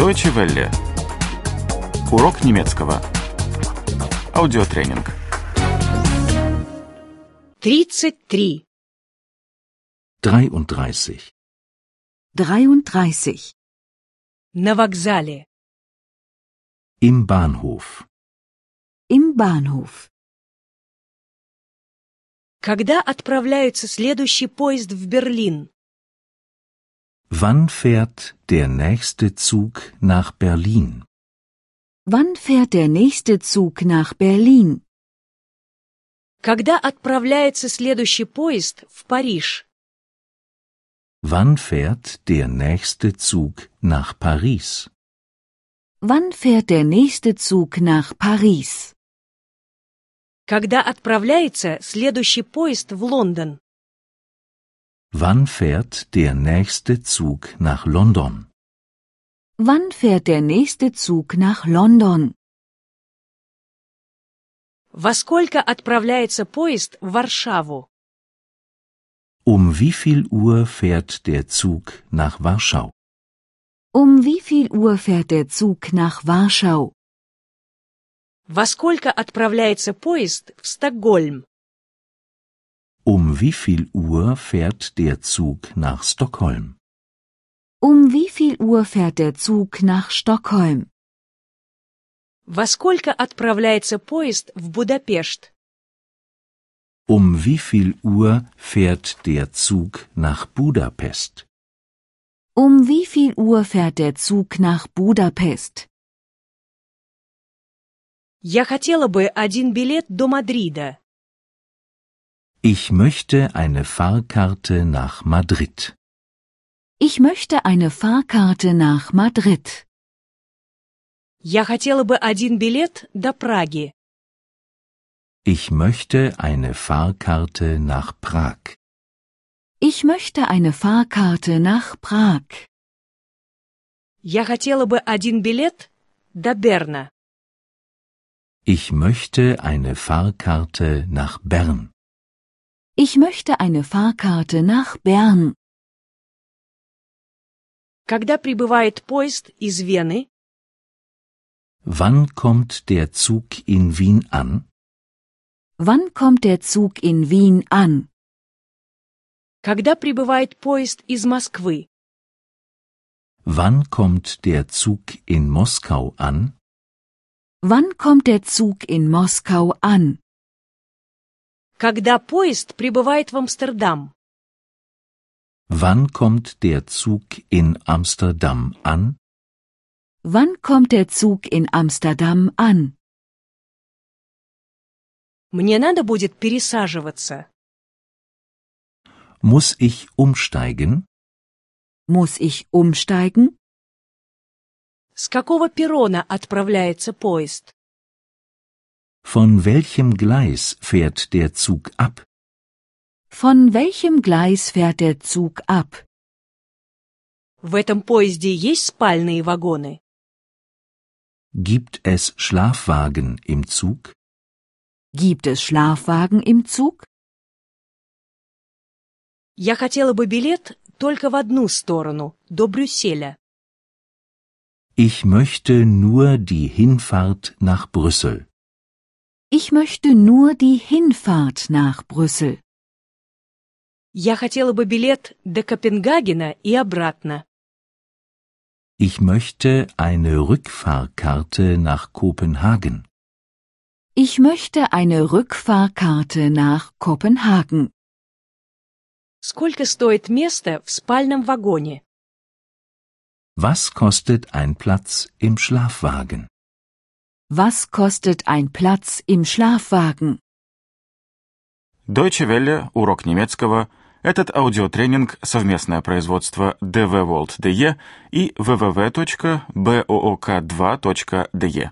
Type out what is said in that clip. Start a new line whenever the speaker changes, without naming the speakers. Deutsche Welle. Урок немецкого. Аудиотренинг.
33.
33.
33.
На вокзале.
Im Bahnhof.
Im Bahnhof.
Когда отправляется следующий поезд в Берлин?
Wann fährt der nächste Zug nach Berlin?
Wann fährt der nächste Zug nach Berlin?
Когда отправляется следующий поезд в Париж?
Wann fährt der nächste Zug nach Paris?
Wann fährt der nächste Zug nach Paris?
Когда отправляется следующий поезд в Лондон?
Wann fährt der nächste Zug nach London?
Wann fährt der nächste Zug nach London?
Во сколько отправляется поезд в Варшаву?
Um wie viel Uhr fährt der Zug nach Warschau?
Um wie viel Uhr fährt der Zug nach Warschau?
Во сколько отправляется поезд в Стокгольм?
Um wie viel Uhr fährt der Zug nach Stockholm?
Um wie viel Uhr fährt der Zug nach Stockholm?
Во сколько отправляется поезд в Будапешт?
Um wie viel Uhr fährt der Zug nach Budapest?
Um wie viel Uhr fährt der Zug nach Budapest?
Я хотела бы один билет до Мадрида.
Ich möchte eine Fahrkarte nach Madrid.
Ich möchte eine Fahrkarte nach Madrid.
Я хотела бы один билет до Праги.
Ich möchte eine Fahrkarte nach Prag.
Ich möchte eine Fahrkarte nach Prag.
Я хотела бы один билет до Берна.
Ich möchte eine Fahrkarte nach Bern.
Ich möchte eine Fahrkarte nach Bern.
Когда прибывает поезд из Вены?
Wann kommt der Zug in Wien an?
Wann kommt der Zug in Wien an?
Когда прибывает поезд из Москвы?
Wann kommt der Zug in Moskau an?
Wann kommt der Zug in Moskau an?
Когда поезд прибывает в Амстердам?
Wann kommt der Zug in Amsterdam an?
Wann kommt der Zug in Amsterdam an?
Мне надо будет пересаживаться.
Muss ich umsteigen?
Muss ich umsteigen?
С какого перрона отправляется поезд?
Von welchem Gleis fährt der Zug ab?
Von welchem Gleis fährt der Zug ab?
В этом поезде есть спальные вагоны?
Gibt es Schlafwagen im Zug?
Gibt es Schlafwagen im Zug?
Я хотела бы билет только в одну сторону, до Брюсселя.
Ich möchte nur die Hinfahrt nach Brüssel.
Ich möchte nur die Hinfahrt nach Brüssel.
Я хотела бы билет до Копенгагена и обратно.
Ich möchte eine Rückfahrkarte nach Kopenhagen.
Ich möchte eine Rückfahrkarte nach Kopenhagen.
Сколько стоит место в спальном вагоне?
Was kostet ein Platz im Schlafwagen?
Was kostet ein Platz im Schlafwagen?
Deutsche Welle. Урок немецкого. Этот аудиотренинг – совместное производство DW World DE и www.book2.de.